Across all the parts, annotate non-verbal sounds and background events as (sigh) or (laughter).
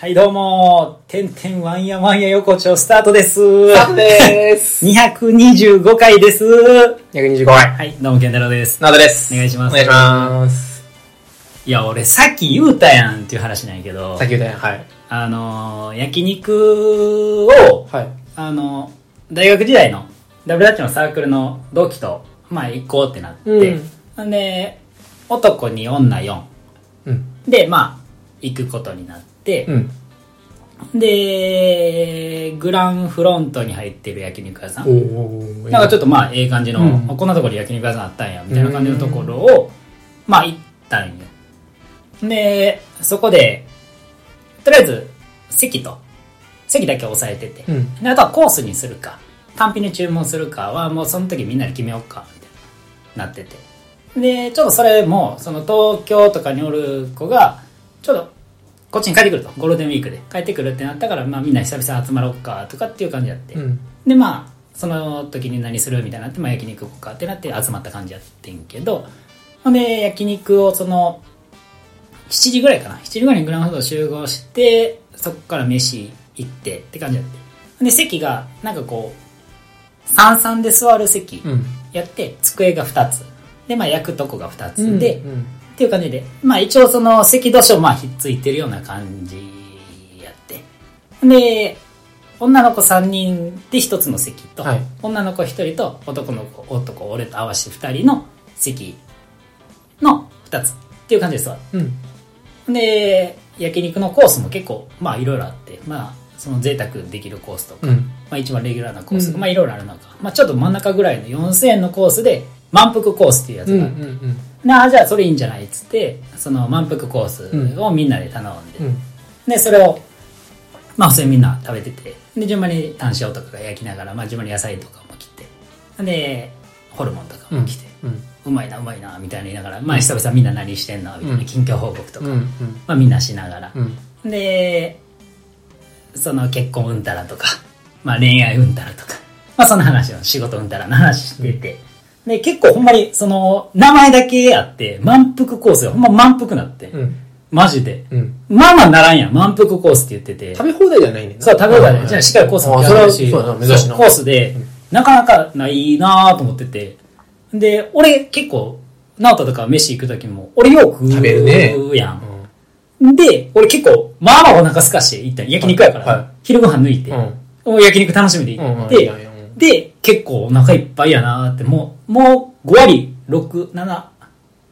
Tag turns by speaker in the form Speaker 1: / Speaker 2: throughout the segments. Speaker 1: はい、どうも、てんてんワンヤワンヤ横丁スタートです。
Speaker 2: タフでーす。
Speaker 1: 225回です。は
Speaker 2: 225回。
Speaker 1: い、どうも、健太郎です。
Speaker 2: などです。
Speaker 1: お願いします
Speaker 2: お願いします。
Speaker 1: いや、俺、さっき言うたやんっていう話なんやけど
Speaker 2: さっ、き言ったやん。はい。
Speaker 1: あのー、焼肉を、
Speaker 2: はい。
Speaker 1: あのー、大学時代の、ダブルダッチのサークルの同期と、まあ、行こうってなって、ん、で、男に女4。
Speaker 2: うん。
Speaker 1: で、まあ、行くことになって、
Speaker 2: うん。
Speaker 1: で、グランフロントに入ってる焼肉屋さん。
Speaker 2: おお。
Speaker 1: なんかちょっ
Speaker 2: っ
Speaker 1: とまあ、ええ感じの、
Speaker 2: うん
Speaker 1: あこんなところに焼肉屋さんあったんや、みたいな感じのところを、まあ、行ったんよ。で、そこで、とりあえず、席と、席だけ押さえてて、
Speaker 2: うん。
Speaker 1: であとはコースにするか、単品で注文するかは、もうその時みんなで決めようか、みたいな、なってて。で、ちょっとそれも、その東京とかにおる子が、ちょっと、こっちに帰ってくると、ゴールデンウィークで帰ってくるってなったから、まあみんな久々集まろうか、とかっていう感じやって。
Speaker 2: うん。
Speaker 1: でまあその時に何するみたいになって、まあ、焼肉行こうかってなって集まった感じやってんけどほんで焼肉をその7時ぐらいかな7時ぐらいにグランフード集合してそこから飯行ってって感じやってほんで席がなんかこう三々で座る席
Speaker 2: うん。
Speaker 1: やって、机が2つでまあ焼くとこが2つで、
Speaker 2: う
Speaker 1: っ
Speaker 2: ん。
Speaker 1: ていう感じでまあ一応その席同士をまあひっついてるような感じやってほんで女の子3人で1つの席と、
Speaker 2: はい
Speaker 1: 女の子1人と男の子男俺と合わせて2人の席の2つっていう感じですわ
Speaker 2: うん。
Speaker 1: で焼肉のコースも結構まあいろいろあってまあその贅沢できるコースとか、
Speaker 2: う
Speaker 1: ま
Speaker 2: ん。
Speaker 1: あ、一番レギュラーなコースとか、
Speaker 2: うん
Speaker 1: まあいろいろある中、まあ、ちょっと真ん中ぐらいの4000円のコースで満腹コースっていうやつ
Speaker 2: うん。う
Speaker 1: があって、
Speaker 2: ん。
Speaker 1: なあじゃあそれいいんじゃないっつってその満腹コースをみんなで頼んで、
Speaker 2: うん。
Speaker 1: でそれをまあそれみんな食べててで順番に炭塩とかが焼きながら、まあ、順番に野菜とかも切ってでホルモンとかも来て、
Speaker 2: うん。
Speaker 1: うまいなうまいなみたいな言いながら、まあ久々みんな何してんのみたい
Speaker 2: うん
Speaker 1: な近況報告とか、
Speaker 2: うん。う
Speaker 1: ま
Speaker 2: ん。
Speaker 1: あみんなしながら
Speaker 2: う、ん。
Speaker 1: でその結婚うんたらとか、まあ、恋愛うんたらとか、まあ、そんな話を仕事うんたらの話してて、で結構ほんまにその名前だけあって満腹コースがほんま満腹なって、
Speaker 2: うん。
Speaker 1: マジで
Speaker 2: うん。
Speaker 1: まあまあならんやん満腹コースって言ってて
Speaker 2: 食べ放題じゃないねんな。
Speaker 1: そう食べ放題
Speaker 2: う
Speaker 1: で
Speaker 2: ん
Speaker 1: じゃあしっかりコースも
Speaker 2: あ
Speaker 1: 決
Speaker 2: そ
Speaker 1: ま
Speaker 2: れ
Speaker 1: っ
Speaker 2: は
Speaker 1: てるし
Speaker 2: そうやな、珍しい
Speaker 1: そ
Speaker 2: な。
Speaker 1: うコースでなかなかないなと思っててで俺結構直人とか飯行く時も俺よく
Speaker 2: 食べるね
Speaker 1: やん
Speaker 2: う、ん。
Speaker 1: で、俺結構、まあまあお腹すかして行ったん焼肉やから、
Speaker 2: はい
Speaker 1: 昼ご飯抜いて、
Speaker 2: うん
Speaker 1: もう焼肉楽しみで
Speaker 2: うん
Speaker 1: 行
Speaker 2: う
Speaker 1: っ
Speaker 2: ん
Speaker 1: て、
Speaker 2: いやいやうん
Speaker 1: で、結構お腹いっぱいやなーって、もう、もう5割、6、7、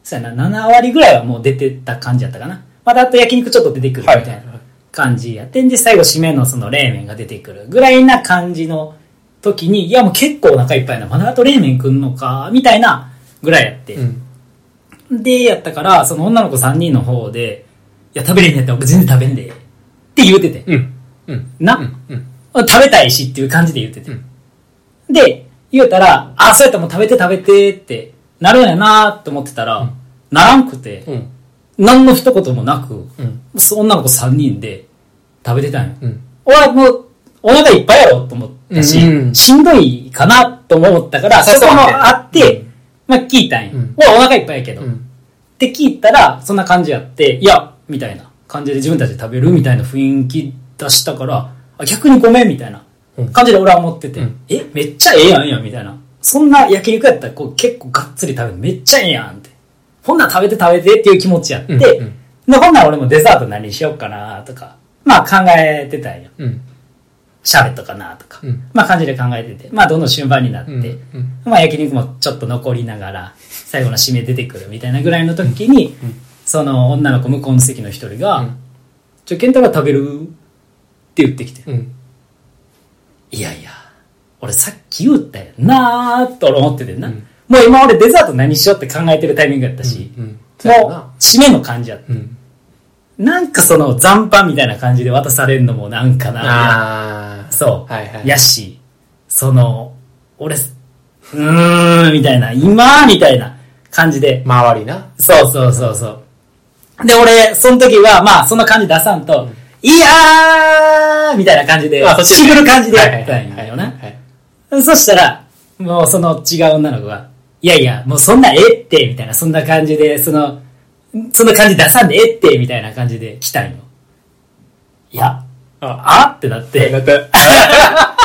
Speaker 1: そうやな、7割ぐらいはもう出てた感じやったかな。またあと焼肉ちょっと出てくるみたい
Speaker 2: はいはいは
Speaker 1: ない感じやってんで、最後締めのその冷麺が出てくるぐらいな感じの時に、いやもう結構お腹いっぱいやな、まだあと冷麺くんのか、みたいなぐらいやって。
Speaker 2: うん。
Speaker 1: で、やったから、その女の子3人の方で、いや、食べれんねやったら僕全然食べんで。って言うてて。
Speaker 2: うん。うん。
Speaker 1: な、
Speaker 2: うん。
Speaker 1: 食べたいしっていう感じで言うてて。
Speaker 2: うん
Speaker 1: で、言うたら、あ、そうやったらもう食べて食べてってなるんやなと思ってたら、ならんくて、
Speaker 2: うん。
Speaker 1: 何の一言もなく、
Speaker 2: うん。
Speaker 1: その女の子3人で食べてたんよ。
Speaker 2: うん。
Speaker 1: 俺はもう、お腹いっぱいやろと思ったし、
Speaker 2: うん
Speaker 1: しんどいかなとも思ったから、
Speaker 2: 誘われ
Speaker 1: そ
Speaker 2: て
Speaker 1: こもあって、まあ聞いたんよ。
Speaker 2: うん
Speaker 1: もうお腹いっぱいやけど、
Speaker 2: うん。
Speaker 1: って聞いたら、そんな感じやって、いや、みたいな感じで自分たちで食べるみたいな雰囲気出したから、あ逆にごめんみたいな
Speaker 2: うん
Speaker 1: 感じで俺は思ってて、
Speaker 2: うん
Speaker 1: え、めっちゃええやんええやんみたいな。そんな焼肉やったらこう結構がっつり食べる。めっちゃええやんって。ほんなら食べて食べてっていう気持ちやって、
Speaker 2: うんうん
Speaker 1: でほんなら俺もデザート何にしようかなとか、まあ考えてたんよ。
Speaker 2: うん。
Speaker 1: シャーベットかなとか、
Speaker 2: うん
Speaker 1: まあ感じで考えてて、まあどんどん終盤になって、
Speaker 2: うんうん
Speaker 1: まあ焼肉もちょっと残りながら、最後の締め出てくるみたいなぐらいの時に、その女の子向こうの席の一人が、
Speaker 2: うん
Speaker 1: ちょ、ケンタが食べるって言ってきて、
Speaker 2: うん。
Speaker 1: いやいや、俺さっき言ったよなーと俺思っててんな、
Speaker 2: うん
Speaker 1: もう今俺デザート何しようって考えてるタイミングやったし、
Speaker 2: うん。
Speaker 1: もう締めの感じやった。
Speaker 2: うん。
Speaker 1: なんかその残飯みたいな感じで渡されるのもなんかなみたいな
Speaker 2: ああ。
Speaker 1: そう。
Speaker 2: はいはい。
Speaker 1: やし、その、俺、うーん、みたいな、今、みたいな感じで。
Speaker 2: 周りな。
Speaker 1: そうそうそうそう。で、俺、その時は、まあ、そんな感じ出さんと、いやーみたいな感じで、
Speaker 2: あそっち
Speaker 1: しぐる感じで
Speaker 2: は
Speaker 1: や
Speaker 2: いはい
Speaker 1: った
Speaker 2: はい
Speaker 1: ん
Speaker 2: はい
Speaker 1: よな。そしたら、もうその違う女の子が、いやいや、もうそんなええって、みたいな、そんな感じで、その、そんな感じ出さんでええって、みたいな感じで来たんよ。いや、
Speaker 2: あ、
Speaker 1: あってなっ
Speaker 2: な
Speaker 1: て、
Speaker 2: った。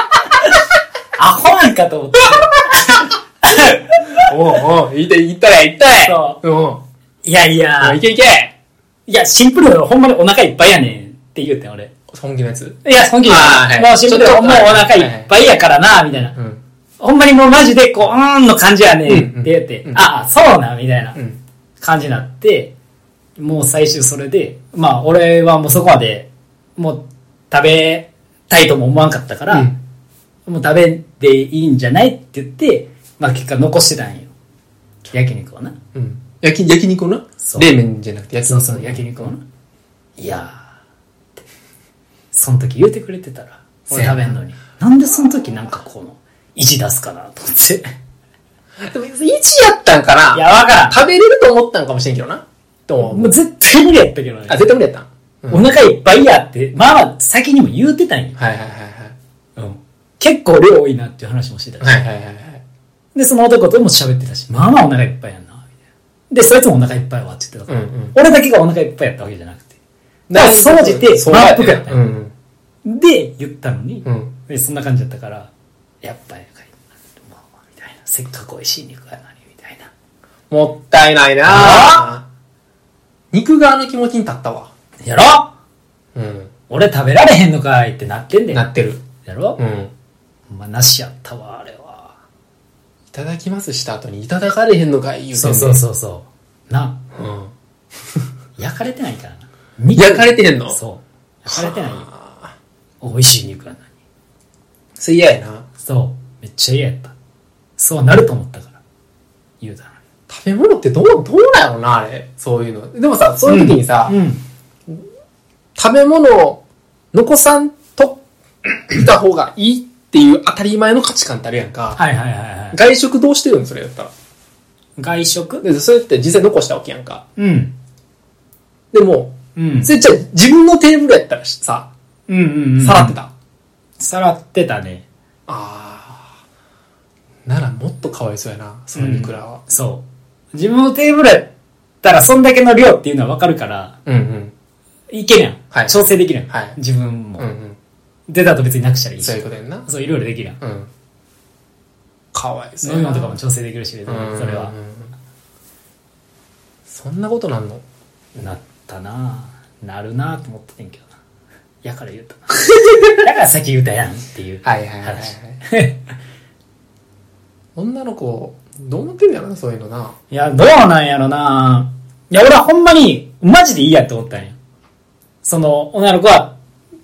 Speaker 1: アホなんかと思って、
Speaker 2: おうおう、痛い、痛い、痛い。
Speaker 1: そ
Speaker 2: うん。
Speaker 1: いやいや、
Speaker 2: いけいけ
Speaker 1: いや、シンプルだよ。ほんまにお腹いっぱいやねんって言うてん、俺。
Speaker 2: 本気のやつ
Speaker 1: いや、その時
Speaker 2: あーはい
Speaker 1: もうシンプル
Speaker 2: ちょっと
Speaker 1: ほんまにお腹いっぱいやからな、みたいな。
Speaker 2: うん。
Speaker 1: ほんまにもうマジで、こう、うーんの感じやねんって言って、
Speaker 2: うんうん
Speaker 1: ああ、そうな、みたいな
Speaker 2: うん。
Speaker 1: 感じになって、もう最終それで、まあ、俺はもうそこまで、もう食べたいとも思わんかったから、
Speaker 2: うん
Speaker 1: もう食べでいいんじゃないって言って、まあ結果残してたんよ。焼肉をな。
Speaker 2: うん。焼き、焼肉をな
Speaker 1: そう
Speaker 2: 冷麺じゃなくて焼き
Speaker 1: そう
Speaker 2: 肉。
Speaker 1: そう、焼肉をな。いやーってその時言うてくれてたら、
Speaker 2: 俺
Speaker 1: 選べんのに。なんでその時なんかこの、意地出すかなと思って。
Speaker 2: でも、いつやったんか
Speaker 1: い
Speaker 2: な
Speaker 1: や、わからん。
Speaker 2: 食べれると思ったんかもしれんけどな。と
Speaker 1: も
Speaker 2: 思う。
Speaker 1: う絶対無理やったけどね。
Speaker 2: あ、絶対無理やったん。
Speaker 1: お腹いっぱいやって、まあまあ先にも言うてたんよ。
Speaker 2: はいはいはい
Speaker 1: うん結構量多いなっていう話もしてたし。
Speaker 2: はい。はいはいはいはい。
Speaker 1: で、その男とも喋ってたし、まあまあお腹いっぱいやんな。みたいなで、そいつもお腹いっぱいはって言ってたから、
Speaker 2: うんうん
Speaker 1: 俺だけがお腹いっぱいやったわけじゃなくて。だから、総じて、
Speaker 2: そう
Speaker 1: 満
Speaker 2: や
Speaker 1: 腹やった
Speaker 2: うん
Speaker 1: よ、
Speaker 2: うん。
Speaker 1: で、言ったのに、
Speaker 2: うん。
Speaker 1: でそんな感じだったから、やっぱり、まあまあ、みたいな。せっかく美味しい肉やのに、みたいな。
Speaker 2: もったいないな
Speaker 1: あ
Speaker 2: あ肉側の気持ちに立ったわ。
Speaker 1: やろ
Speaker 2: うん。
Speaker 1: 俺食べられへんのかいってなってんだ
Speaker 2: な
Speaker 1: よ。
Speaker 2: ってる。
Speaker 1: やろ、
Speaker 2: うん。
Speaker 1: ほんまなしやったわ、あれは。
Speaker 2: いただきますした後にいただかれへんのかい言うてんねん
Speaker 1: そうそうそうそう。な、
Speaker 2: うん。
Speaker 1: 焼かれてないからな。肉
Speaker 2: 焼かれてへんの
Speaker 1: そう。焼かれてないよ。
Speaker 2: ああ
Speaker 1: 美味しい肉やのに。
Speaker 2: それ嫌やな。
Speaker 1: そう。めっちゃ嫌やった。そうなると思ったから。言うたのに。
Speaker 2: 食べ物ってどう、どうだろうな、あれ。そういうの。でもさ、そういう時にさ、
Speaker 1: うん。
Speaker 2: 食べ物を残さんといた方がいいっていう当たり前の価値観ってあるやんか。
Speaker 1: はいはいはいはい。
Speaker 2: 外食どうしてるんそれやったら。
Speaker 1: 外食
Speaker 2: で、それって実際残したわけやんか。
Speaker 1: うん。
Speaker 2: でも、
Speaker 1: うん。
Speaker 2: それじゃあ自分のテーブルやったらさ、
Speaker 1: うんうんうん。
Speaker 2: さらってた。あ
Speaker 1: さらってたね。
Speaker 2: あー。ならもっとかわいそうやな、そのいくらは。
Speaker 1: そう。自分のテーブルやったら、そんだけの量っていうのはわかるから、
Speaker 2: うんうん。
Speaker 1: いけるやん。
Speaker 2: はい
Speaker 1: 調整できるやん。
Speaker 2: はい
Speaker 1: 自分も。
Speaker 2: うんうん。
Speaker 1: 出た後別になくしたらいいし。
Speaker 2: そういうことやんな。
Speaker 1: そういろいろできるやん。
Speaker 2: うん。かわいそう
Speaker 1: 飲
Speaker 2: や
Speaker 1: み
Speaker 2: な
Speaker 1: 物とかも調整できるし、別にそれは
Speaker 2: うん。うんうんそんなことなんの
Speaker 1: なったなぁなるなぁと思っててんけどな。やから
Speaker 2: (laughs)
Speaker 1: 言うたな。だから先言うたやんっていう。
Speaker 2: はいはいはい、はい
Speaker 1: 話。
Speaker 2: (laughs) 女の子、どう思ってんのやろな、そういうのな。
Speaker 1: いや、どうなんやろなぁいや、俺はほんまに、マジでいいやって思ったんよ。その、女の子は、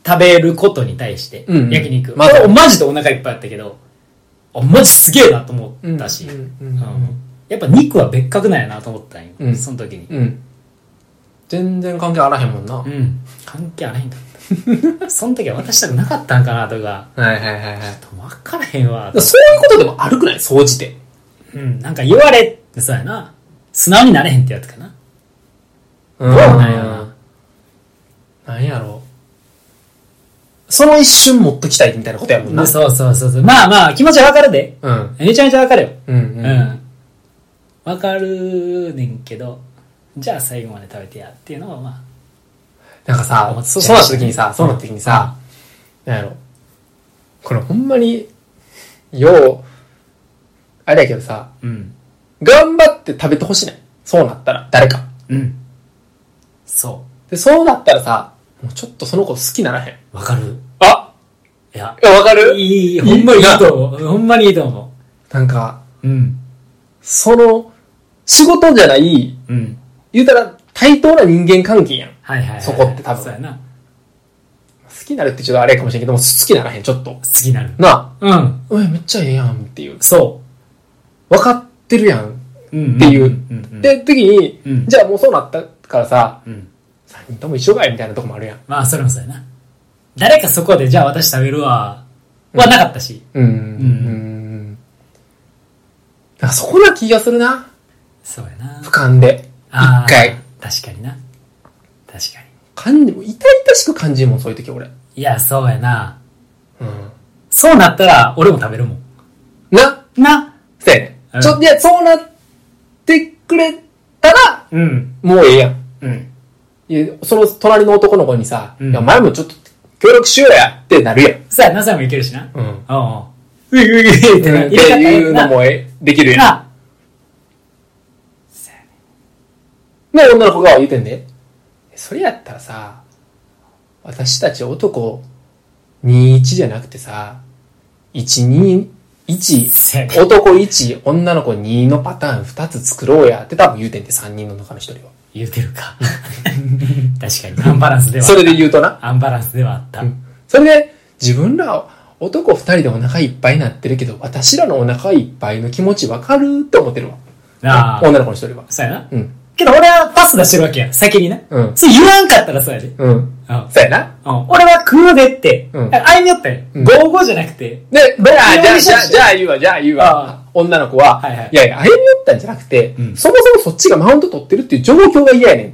Speaker 1: 食べることに対して、
Speaker 2: うんうん
Speaker 1: 焼肉。
Speaker 2: まだ
Speaker 1: 俺マジでお腹いっぱいあったけど、あ、マジすげえなと思ったし、
Speaker 2: うんう
Speaker 1: うん
Speaker 2: うん
Speaker 1: んやっぱ肉は別格なんやなと思ったんよ、
Speaker 2: うん
Speaker 1: その時に。
Speaker 2: うん。全然関係あらへんもんな。は
Speaker 1: う
Speaker 2: い
Speaker 1: ん。関係あらへんか
Speaker 2: (laughs)
Speaker 1: った。その時は渡したくなかったんかなとか、
Speaker 2: はいはいは
Speaker 1: わからへんわ
Speaker 2: い。。そういうことでもあるくない総じて。
Speaker 1: うん、なんか言われてそうやな。素直になれへんってやつかな。
Speaker 2: うん
Speaker 1: なんやろな
Speaker 2: なんやろう。その一瞬持っときたいみたいなことやもんな。
Speaker 1: そうそうそうそう。まあまあ、気持ちはわかるで。
Speaker 2: うん。
Speaker 1: めちゃめちゃわかるよ。
Speaker 2: うん
Speaker 1: う
Speaker 2: うん。
Speaker 1: ん。わかるねんけど、じゃあ最後まで食べてやっていうのはまあ、
Speaker 2: なんかさ
Speaker 1: 思、っちゃ
Speaker 2: そううそうなった時にさ、そうなった時にさ、なんやろ。これほんまに、よう、あれやけどさ、
Speaker 1: うん。
Speaker 2: 頑張って食べてほしない。そうなったら、誰か。
Speaker 1: うん。そ
Speaker 2: で、そうなったらさ、もうちょっとその子好きならへん。
Speaker 1: う。わかる。
Speaker 2: あ
Speaker 1: いや、
Speaker 2: わかる
Speaker 1: いい、ほんまにいいと思う。ほんまにいいと思
Speaker 2: なんか、
Speaker 1: う。うん。
Speaker 2: その、仕事じゃない、
Speaker 1: うん。
Speaker 2: 言うたら対等な人間関係やん。好
Speaker 1: はいはいはい。
Speaker 2: そこって多分
Speaker 1: そうやな。
Speaker 2: きになるってちょっとあれかもしれんけども、好きならへん、ちょっと。
Speaker 1: 好きになる。
Speaker 2: なあ、
Speaker 1: うん。
Speaker 2: おい、めっちゃええやんっていう。
Speaker 1: そ
Speaker 2: 分かってるやん。
Speaker 1: う。うん。
Speaker 2: っていうん
Speaker 1: んん
Speaker 2: で、時に、
Speaker 1: うん
Speaker 2: じゃあもうそうなったからさ、
Speaker 1: うん。
Speaker 2: 3人とも一緒かいみたいなとこもあるやん。
Speaker 1: まあ、それもそうやな。誰かそこで、じゃあ私食べるわ、はなかったし。
Speaker 2: うん。
Speaker 1: ん
Speaker 2: うん。なんかそこな気がするな。
Speaker 1: そうやな。
Speaker 2: 俯瞰で。
Speaker 1: あー
Speaker 2: 一回。
Speaker 1: 確かにな。確か
Speaker 2: 感じ、もう痛々しく感じるもん、そういう時俺。
Speaker 1: に。いや、そうやな。
Speaker 2: うん。
Speaker 1: そうなったら、俺も食べるもん。
Speaker 2: な、
Speaker 1: な。
Speaker 2: せやね
Speaker 1: うん
Speaker 2: ん。ちょ、いや、そうなってくれたら、
Speaker 1: うん。
Speaker 2: もうええやん。
Speaker 1: うん。
Speaker 2: いやその隣の男の子にさ、
Speaker 1: うん
Speaker 2: いや、お前もちょっと協力しようやってなるやん。
Speaker 1: さあ、何歳もいけるしな。
Speaker 2: うん。
Speaker 1: おういういういうってな
Speaker 2: っていうのもえできるやん。
Speaker 1: な
Speaker 2: ね、女の子が言うてんで。それやったらさ、私たち男、21じゃなくてさ、1、
Speaker 1: せや
Speaker 2: 2、
Speaker 1: ね
Speaker 2: 1、男1、女の子2のパターン2つ作ろうやって多分言うてんで、3人の中の1人は。
Speaker 1: 言うてるか (laughs) 確かにアンバランスでは
Speaker 2: それで言うとな。
Speaker 1: アンバランスではあった、
Speaker 2: それで、自分ら、男2人でお腹いっぱいになってるけど、私らのお腹いっぱいの気持ちわかるって思ってるわ。
Speaker 1: なあ
Speaker 2: 女の子の1人は。
Speaker 1: そうやな
Speaker 2: うん。
Speaker 1: けど俺はパス出してるわけや先にな、
Speaker 2: うん
Speaker 1: それ言わんかったらそうやで、うん
Speaker 2: うん。
Speaker 1: うん
Speaker 2: そうやな。
Speaker 1: 俺は食うでって、
Speaker 2: うん
Speaker 1: 歩み寄ったよ、
Speaker 2: うん
Speaker 1: 55じゃなくて
Speaker 2: で、じゃあ、じゃあ、
Speaker 1: い
Speaker 2: じゃあ、
Speaker 1: や
Speaker 2: じゃあ言うわ、じゃあ言う
Speaker 1: あ
Speaker 2: わ。女の子は、
Speaker 1: はいはい
Speaker 2: やいや、歩み寄ったんじゃなくて、
Speaker 1: うん
Speaker 2: そもそもそっちがマウント取ってるっていう状況が嫌やねん。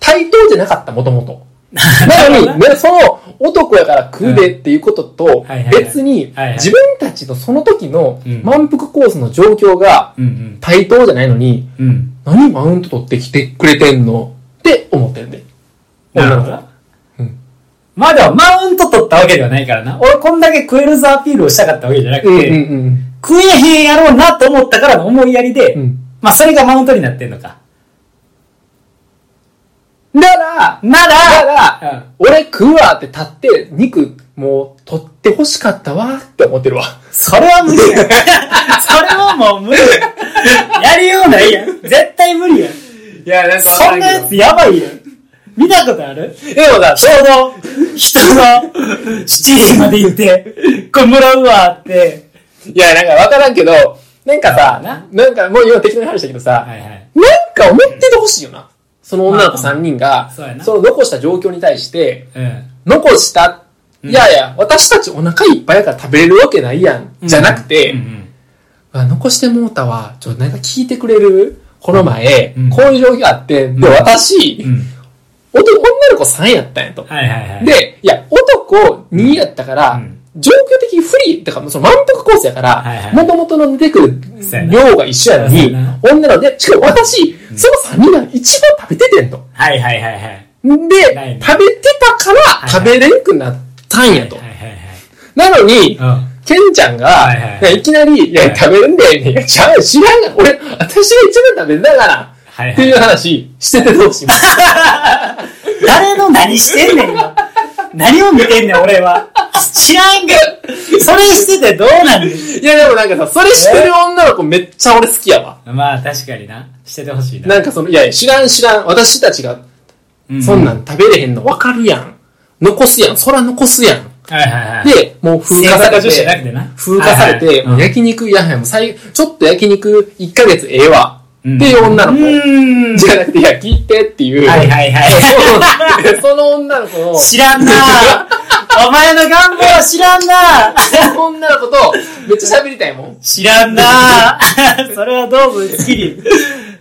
Speaker 2: 対等じゃなかった、もと
Speaker 1: (laughs)
Speaker 2: もと。なのに、ね、その男やから食うでっていうことと
Speaker 1: はいはい、はい
Speaker 2: 別に
Speaker 1: はいはい、
Speaker 2: 自分たちのその時の
Speaker 1: うん
Speaker 2: 満腹コースの状況が
Speaker 1: うん
Speaker 2: 対等じゃないのに、
Speaker 1: うんうん
Speaker 2: 何マウント取ってきてくれてんのって思ってるんで。
Speaker 1: なるほ
Speaker 2: 女の
Speaker 1: ど
Speaker 2: 子うん
Speaker 1: まあでもマウント取ったわけではないからな俺こんだけ食えるぞアピールをしたかったわけじゃなくて、
Speaker 2: うんうん
Speaker 1: 食えへんやろうなと思ったからの思いやりで、
Speaker 2: うん
Speaker 1: まあそれがマウントになってんのか
Speaker 2: うん。なら、
Speaker 1: な
Speaker 2: だ
Speaker 1: ら
Speaker 2: から、
Speaker 1: うん
Speaker 2: 俺食うわって立って、肉、もう、取って欲しかったわって思ってるわ。
Speaker 1: それは無理や
Speaker 2: (laughs)
Speaker 1: それはもう無理ややりようないやん絶対無理やん
Speaker 2: いや、なん
Speaker 1: そんなやつやばいやん見たことある
Speaker 2: でもさ、
Speaker 1: ちょうど人の七輪まで行ってこれもらうわって
Speaker 2: いや、なんかわからんけど、なんかさ、
Speaker 1: な
Speaker 2: なんかもう今適当に話したけどさ、
Speaker 1: はいはい
Speaker 2: なんか思っててほしいよな。その女の子
Speaker 1: まあ
Speaker 2: 3人が、
Speaker 1: そうやな
Speaker 2: その残した状況に対して、
Speaker 1: うん
Speaker 2: 残した、いやいや、私たちお腹いっぱいやから食べれるわけないやん、じゃなくて、
Speaker 1: うんうん
Speaker 2: あ残してもうたわ。ちょ、なんか聞いてくれるこの前、
Speaker 1: うん
Speaker 2: こういう状況あって、で、私、
Speaker 1: うんうん
Speaker 2: おと女の子3やったんやと。
Speaker 1: はいはいはい
Speaker 2: で、いや、男2やったから、
Speaker 1: うん
Speaker 2: 状況的に不利、だからその満腹コースやから、
Speaker 1: はいはい
Speaker 2: もともとの出てくる
Speaker 1: そうやな
Speaker 2: 量が一緒や
Speaker 1: そ
Speaker 2: の
Speaker 1: う
Speaker 2: に
Speaker 1: やな、
Speaker 2: 女の子で、しかも私、その3人が一番食べててんと。
Speaker 1: はいはいはいはい
Speaker 2: で、食
Speaker 1: ない
Speaker 2: べて
Speaker 1: な
Speaker 2: たから、
Speaker 1: い
Speaker 2: 食べれんくなったんやと
Speaker 1: はい。はいはい
Speaker 2: なのに、
Speaker 1: はいうん
Speaker 2: ケンちゃんが、
Speaker 1: はいはい
Speaker 2: いやいきなり、い
Speaker 1: は
Speaker 2: や、
Speaker 1: い
Speaker 2: 食べるんだよね。いや、ちゃう、知らんが、俺、私が一番食べてたから、
Speaker 1: はいはい
Speaker 2: っていう話しててどうします
Speaker 1: 誰の何してんねん今。何を見てんねん、俺は。知らんが。それしててどうなんね
Speaker 2: いや、でもなんかさ、それしてる女の子めっちゃ俺好きやわ。
Speaker 1: ん。まあ、確かにな。しててほしいな。
Speaker 2: なんかその、いやいや、知らん知らん、私たちが、
Speaker 1: う
Speaker 2: そんなん食べれへんの分かるやん。残すやん、そら残すやん。
Speaker 1: はいはいはい。
Speaker 2: で、もう風化され
Speaker 1: 生活女子じゃなく
Speaker 2: て、
Speaker 1: てな。
Speaker 2: 風化され
Speaker 1: はい
Speaker 2: て、
Speaker 1: はい
Speaker 2: もう焼肉いらへん、もう最、ちょっと焼肉1ヶ月ええわ。って
Speaker 1: うん
Speaker 2: いう女の
Speaker 1: う
Speaker 2: 子。
Speaker 1: ーん。
Speaker 2: じゃなくて、いや、聞いてっていう。
Speaker 1: はいはいは
Speaker 2: そうその女の子の、
Speaker 1: い。
Speaker 2: そ
Speaker 1: 知らんな。お前の願望は知らんな。
Speaker 2: の女の子と、めっちゃ喋りたいもん。っ
Speaker 1: 知らんな。 (laughs) それはどうぞ、好きに。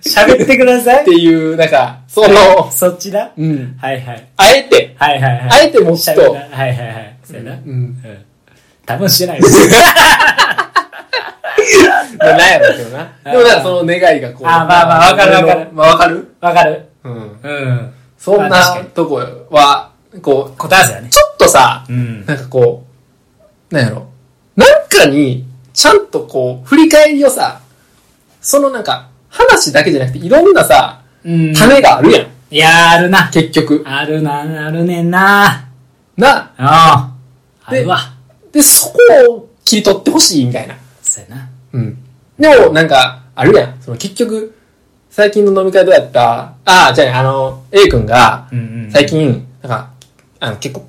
Speaker 1: 喋ってください
Speaker 2: て。いう、なんか、その、
Speaker 1: そっちだ。
Speaker 2: うん。
Speaker 1: はいはい。
Speaker 2: あえて、
Speaker 1: はいはいはい。
Speaker 2: あえてもっと
Speaker 1: 喋らはいはいはい。そうやな。
Speaker 2: うん。
Speaker 1: うん多分してないです。
Speaker 2: まあ、なんやろうけどな。でもなんかその願いがこう。
Speaker 1: あまあまあわかるわかる
Speaker 2: まあわかる
Speaker 1: わかる
Speaker 2: うん。
Speaker 1: うん。
Speaker 2: そん
Speaker 1: まあ確か
Speaker 2: な
Speaker 1: に
Speaker 2: とこは、こう、
Speaker 1: 答え合わせだね
Speaker 2: ちょっとさ、
Speaker 1: うん。
Speaker 2: なんかこう、なんやろ。なんかに、ちゃんとこう、振り返りをさ、そのなんか、話だけじゃなくて、いろんなさ、
Speaker 1: うん。
Speaker 2: 種があるやん。
Speaker 1: いや、あるな。
Speaker 2: 結局。
Speaker 1: あるな、あるねんな。
Speaker 2: な。
Speaker 1: うん。あ
Speaker 2: で
Speaker 1: るわ。
Speaker 2: で、そこを切り取ってほしいみたいな。
Speaker 1: そうやな。
Speaker 2: うん。でも、なんか、あるやん。その結局、最近の飲み会どうやったああ、じゃあね、あの、A 君が
Speaker 1: う、んうん。
Speaker 2: 最。近、なんか、あの、結構、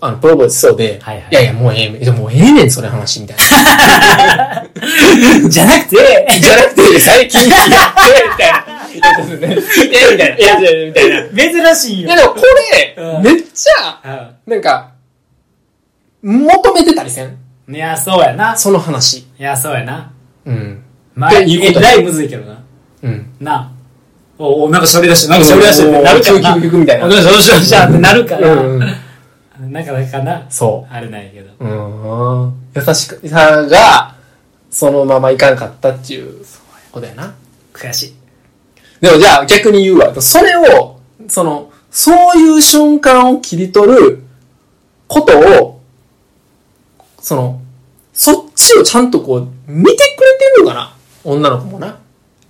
Speaker 2: あの、プロポーズしそうで、
Speaker 1: はいはい
Speaker 2: やいや、もうええ、でももうええねん、それ話、
Speaker 1: (laughs)
Speaker 2: みたいな。
Speaker 1: じゃなくて、
Speaker 2: じゃなくて、最近、や
Speaker 1: (laughs)
Speaker 2: って、みたいな。いや、そうですね。え、みたいな。いや、じゃあみたいな。い
Speaker 1: 珍しいよ
Speaker 2: や、。でもこ
Speaker 1: うん
Speaker 2: れ、めっちゃ、なんか、求めてたりせん
Speaker 1: うん。いや、そうやな。
Speaker 2: その話。
Speaker 1: いや、そうやな。
Speaker 2: うん。
Speaker 1: まあ、
Speaker 2: って
Speaker 1: え
Speaker 2: いうこと
Speaker 1: らいむずいけどな。
Speaker 2: うん。
Speaker 1: なあ。おお、なんか喋り出して、なんか喋り出してってなるからな。
Speaker 2: おー急に急にみたいな
Speaker 1: おどうしたどうしたどうしたってなるから。
Speaker 2: うんうん
Speaker 1: なかなかな。
Speaker 2: そう。
Speaker 1: あれないけど。
Speaker 2: うん。優しくさが、そのままいかんかったっていうことやな。
Speaker 1: 悔しい。
Speaker 2: でもじゃあ逆に言うわ。それを、その、そういう瞬間を切り取ることを、その、そっちをちゃんとこう、見てくれてるのかな女の子もな。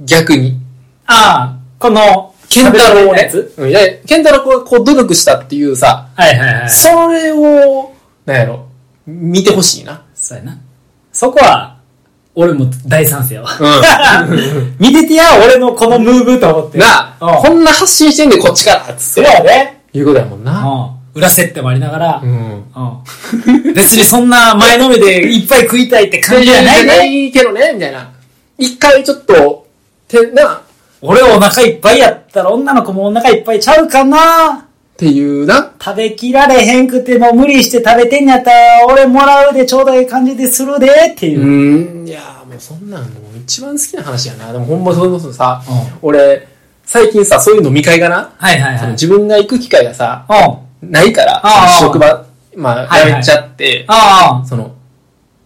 Speaker 2: 逆に。
Speaker 1: ああ、この、
Speaker 2: ケンタロウを
Speaker 1: のや
Speaker 2: ね
Speaker 1: つ。
Speaker 2: うん、いや、ケンタロウがこう努力したっていうさ、
Speaker 1: はいはいはい。
Speaker 2: それを、なんやろ、見てほしいな。
Speaker 1: そうやな。そこは、俺も大賛成よ。
Speaker 2: う
Speaker 1: (laughs) 見ててや、俺のこのムーブと思って。
Speaker 2: なあ、
Speaker 1: うん
Speaker 2: こんな発信してんでこっちからつ
Speaker 1: そ
Speaker 2: っ
Speaker 1: う
Speaker 2: て。
Speaker 1: やね。
Speaker 2: いうことやもん
Speaker 1: う
Speaker 2: な。
Speaker 1: ん。裏設定もありながら
Speaker 2: う、ん。
Speaker 1: うん。別にそんな前のめでいっぱい食いたいって感じじゃない
Speaker 2: な
Speaker 1: ね。
Speaker 2: いけどね、みたいな。一回ちょっと、て、な、
Speaker 1: 俺お腹いっぱいやったら女の子もお腹いっぱいちゃうかな
Speaker 2: っていうな。
Speaker 1: 食べきられへんくても無理して食べてんやったら俺もらうでちょうだい感じでするでっていう。
Speaker 2: うん。いやーもうそんなん、もう一番好きな話やな。でもほんまそれこそさ、
Speaker 1: うん
Speaker 2: 俺、最近さ、そういう飲み会がな、
Speaker 1: はいはい
Speaker 2: そ
Speaker 1: は
Speaker 2: の
Speaker 1: い。
Speaker 2: 自分が行く機会がさ、
Speaker 1: うん。
Speaker 2: ないから
Speaker 1: あ、あ
Speaker 2: その職場、まあ、
Speaker 1: はいはい
Speaker 2: やめちゃって、
Speaker 1: あ
Speaker 2: その、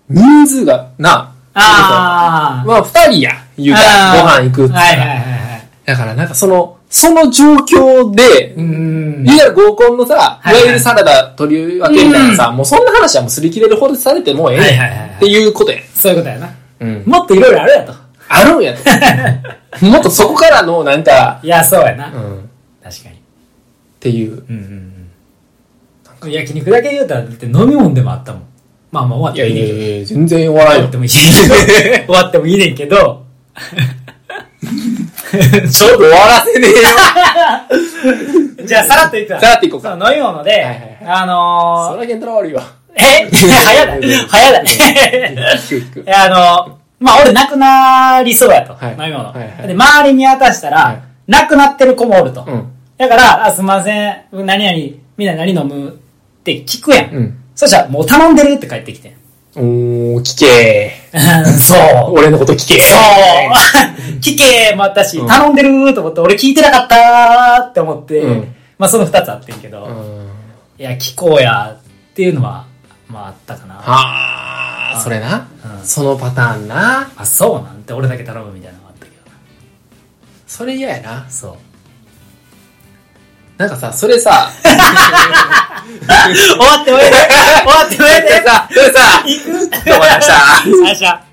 Speaker 2: 人数が、な、
Speaker 1: あ。ああ。
Speaker 2: まあ、二人や、言うから、ご飯行くっつったら
Speaker 1: はいはいはいはい。
Speaker 2: だからなんかその、その状況で、
Speaker 1: うん
Speaker 2: いや合コンのさ、
Speaker 1: はいは
Speaker 2: い
Speaker 1: い
Speaker 2: わゆるサラダ取り分けみたいなさ、もうそんな話はもう擦り切れるほどされてもうええ
Speaker 1: はい
Speaker 2: や
Speaker 1: はい
Speaker 2: ん
Speaker 1: はいはい
Speaker 2: っていうことやん。
Speaker 1: そういうことやな。
Speaker 2: うん。
Speaker 1: もっといろいろあるやと。
Speaker 2: あるんや (laughs) と。もっとそこからのなんか、
Speaker 1: いや、そうやな。
Speaker 2: うん。っ
Speaker 1: 確かに。
Speaker 2: ていう。
Speaker 1: うんうんうん。焼肉だけ言うたら、だって飲み物でもあったもん。まあまあ終わっ
Speaker 2: い
Speaker 1: て
Speaker 2: や
Speaker 1: もいい
Speaker 2: い
Speaker 1: ねんけ
Speaker 2: や
Speaker 1: ど。
Speaker 2: いや、全然笑
Speaker 1: 終
Speaker 2: い
Speaker 1: わっ
Speaker 2: よ
Speaker 1: て。もいいねん (laughs) けど。終わってもいいねんけど。
Speaker 2: (laughs) ちょっと終わらせねえよ。
Speaker 1: じゃあ、さらっといくわ。
Speaker 2: さらっといこう
Speaker 1: そ
Speaker 2: か。
Speaker 1: の飲み物で、
Speaker 2: いはいはい
Speaker 1: あ
Speaker 2: (laughs) そ
Speaker 1: の
Speaker 2: らケンタロウ悪いわ。
Speaker 1: ー、え早だ。早だ。
Speaker 2: 聞く聞
Speaker 1: い
Speaker 2: く。
Speaker 1: やあの、まあ、俺なくなりそうやと。
Speaker 2: はい
Speaker 1: 飲み物。
Speaker 2: はいはい
Speaker 1: で、周り見渡したら、
Speaker 2: はい
Speaker 1: なくなってる子もおると。
Speaker 2: うん。
Speaker 1: だから、あ、すいません、何々、みんな何飲むって聞くやん。
Speaker 2: うん。
Speaker 1: そしたら、もう頼んでるって帰ってきてん。
Speaker 2: おー、聞け
Speaker 1: そう。
Speaker 2: 俺のこと聞け
Speaker 1: そう聞けもあったし、
Speaker 2: うん
Speaker 1: 頼んでると思って、俺聞いてなかったって思って、
Speaker 2: うん
Speaker 1: まあその二つあってんけど、
Speaker 2: うん。
Speaker 1: いや、聞こうやっていうのは、まああったかな。
Speaker 2: はあ、それな
Speaker 1: う。ん
Speaker 2: そのパターンな。
Speaker 1: あ、そうなんて俺だけ頼むみたいなのがあったけどな。
Speaker 2: それ嫌やな。
Speaker 1: そう。
Speaker 2: なんかさ、それさ、
Speaker 1: (laughs) 終わって終わって終わって終わって (laughs)
Speaker 2: さ、それさ、
Speaker 1: 行く
Speaker 2: 啊どうもありがとうございました啊
Speaker 1: (laughs) ありがとうございました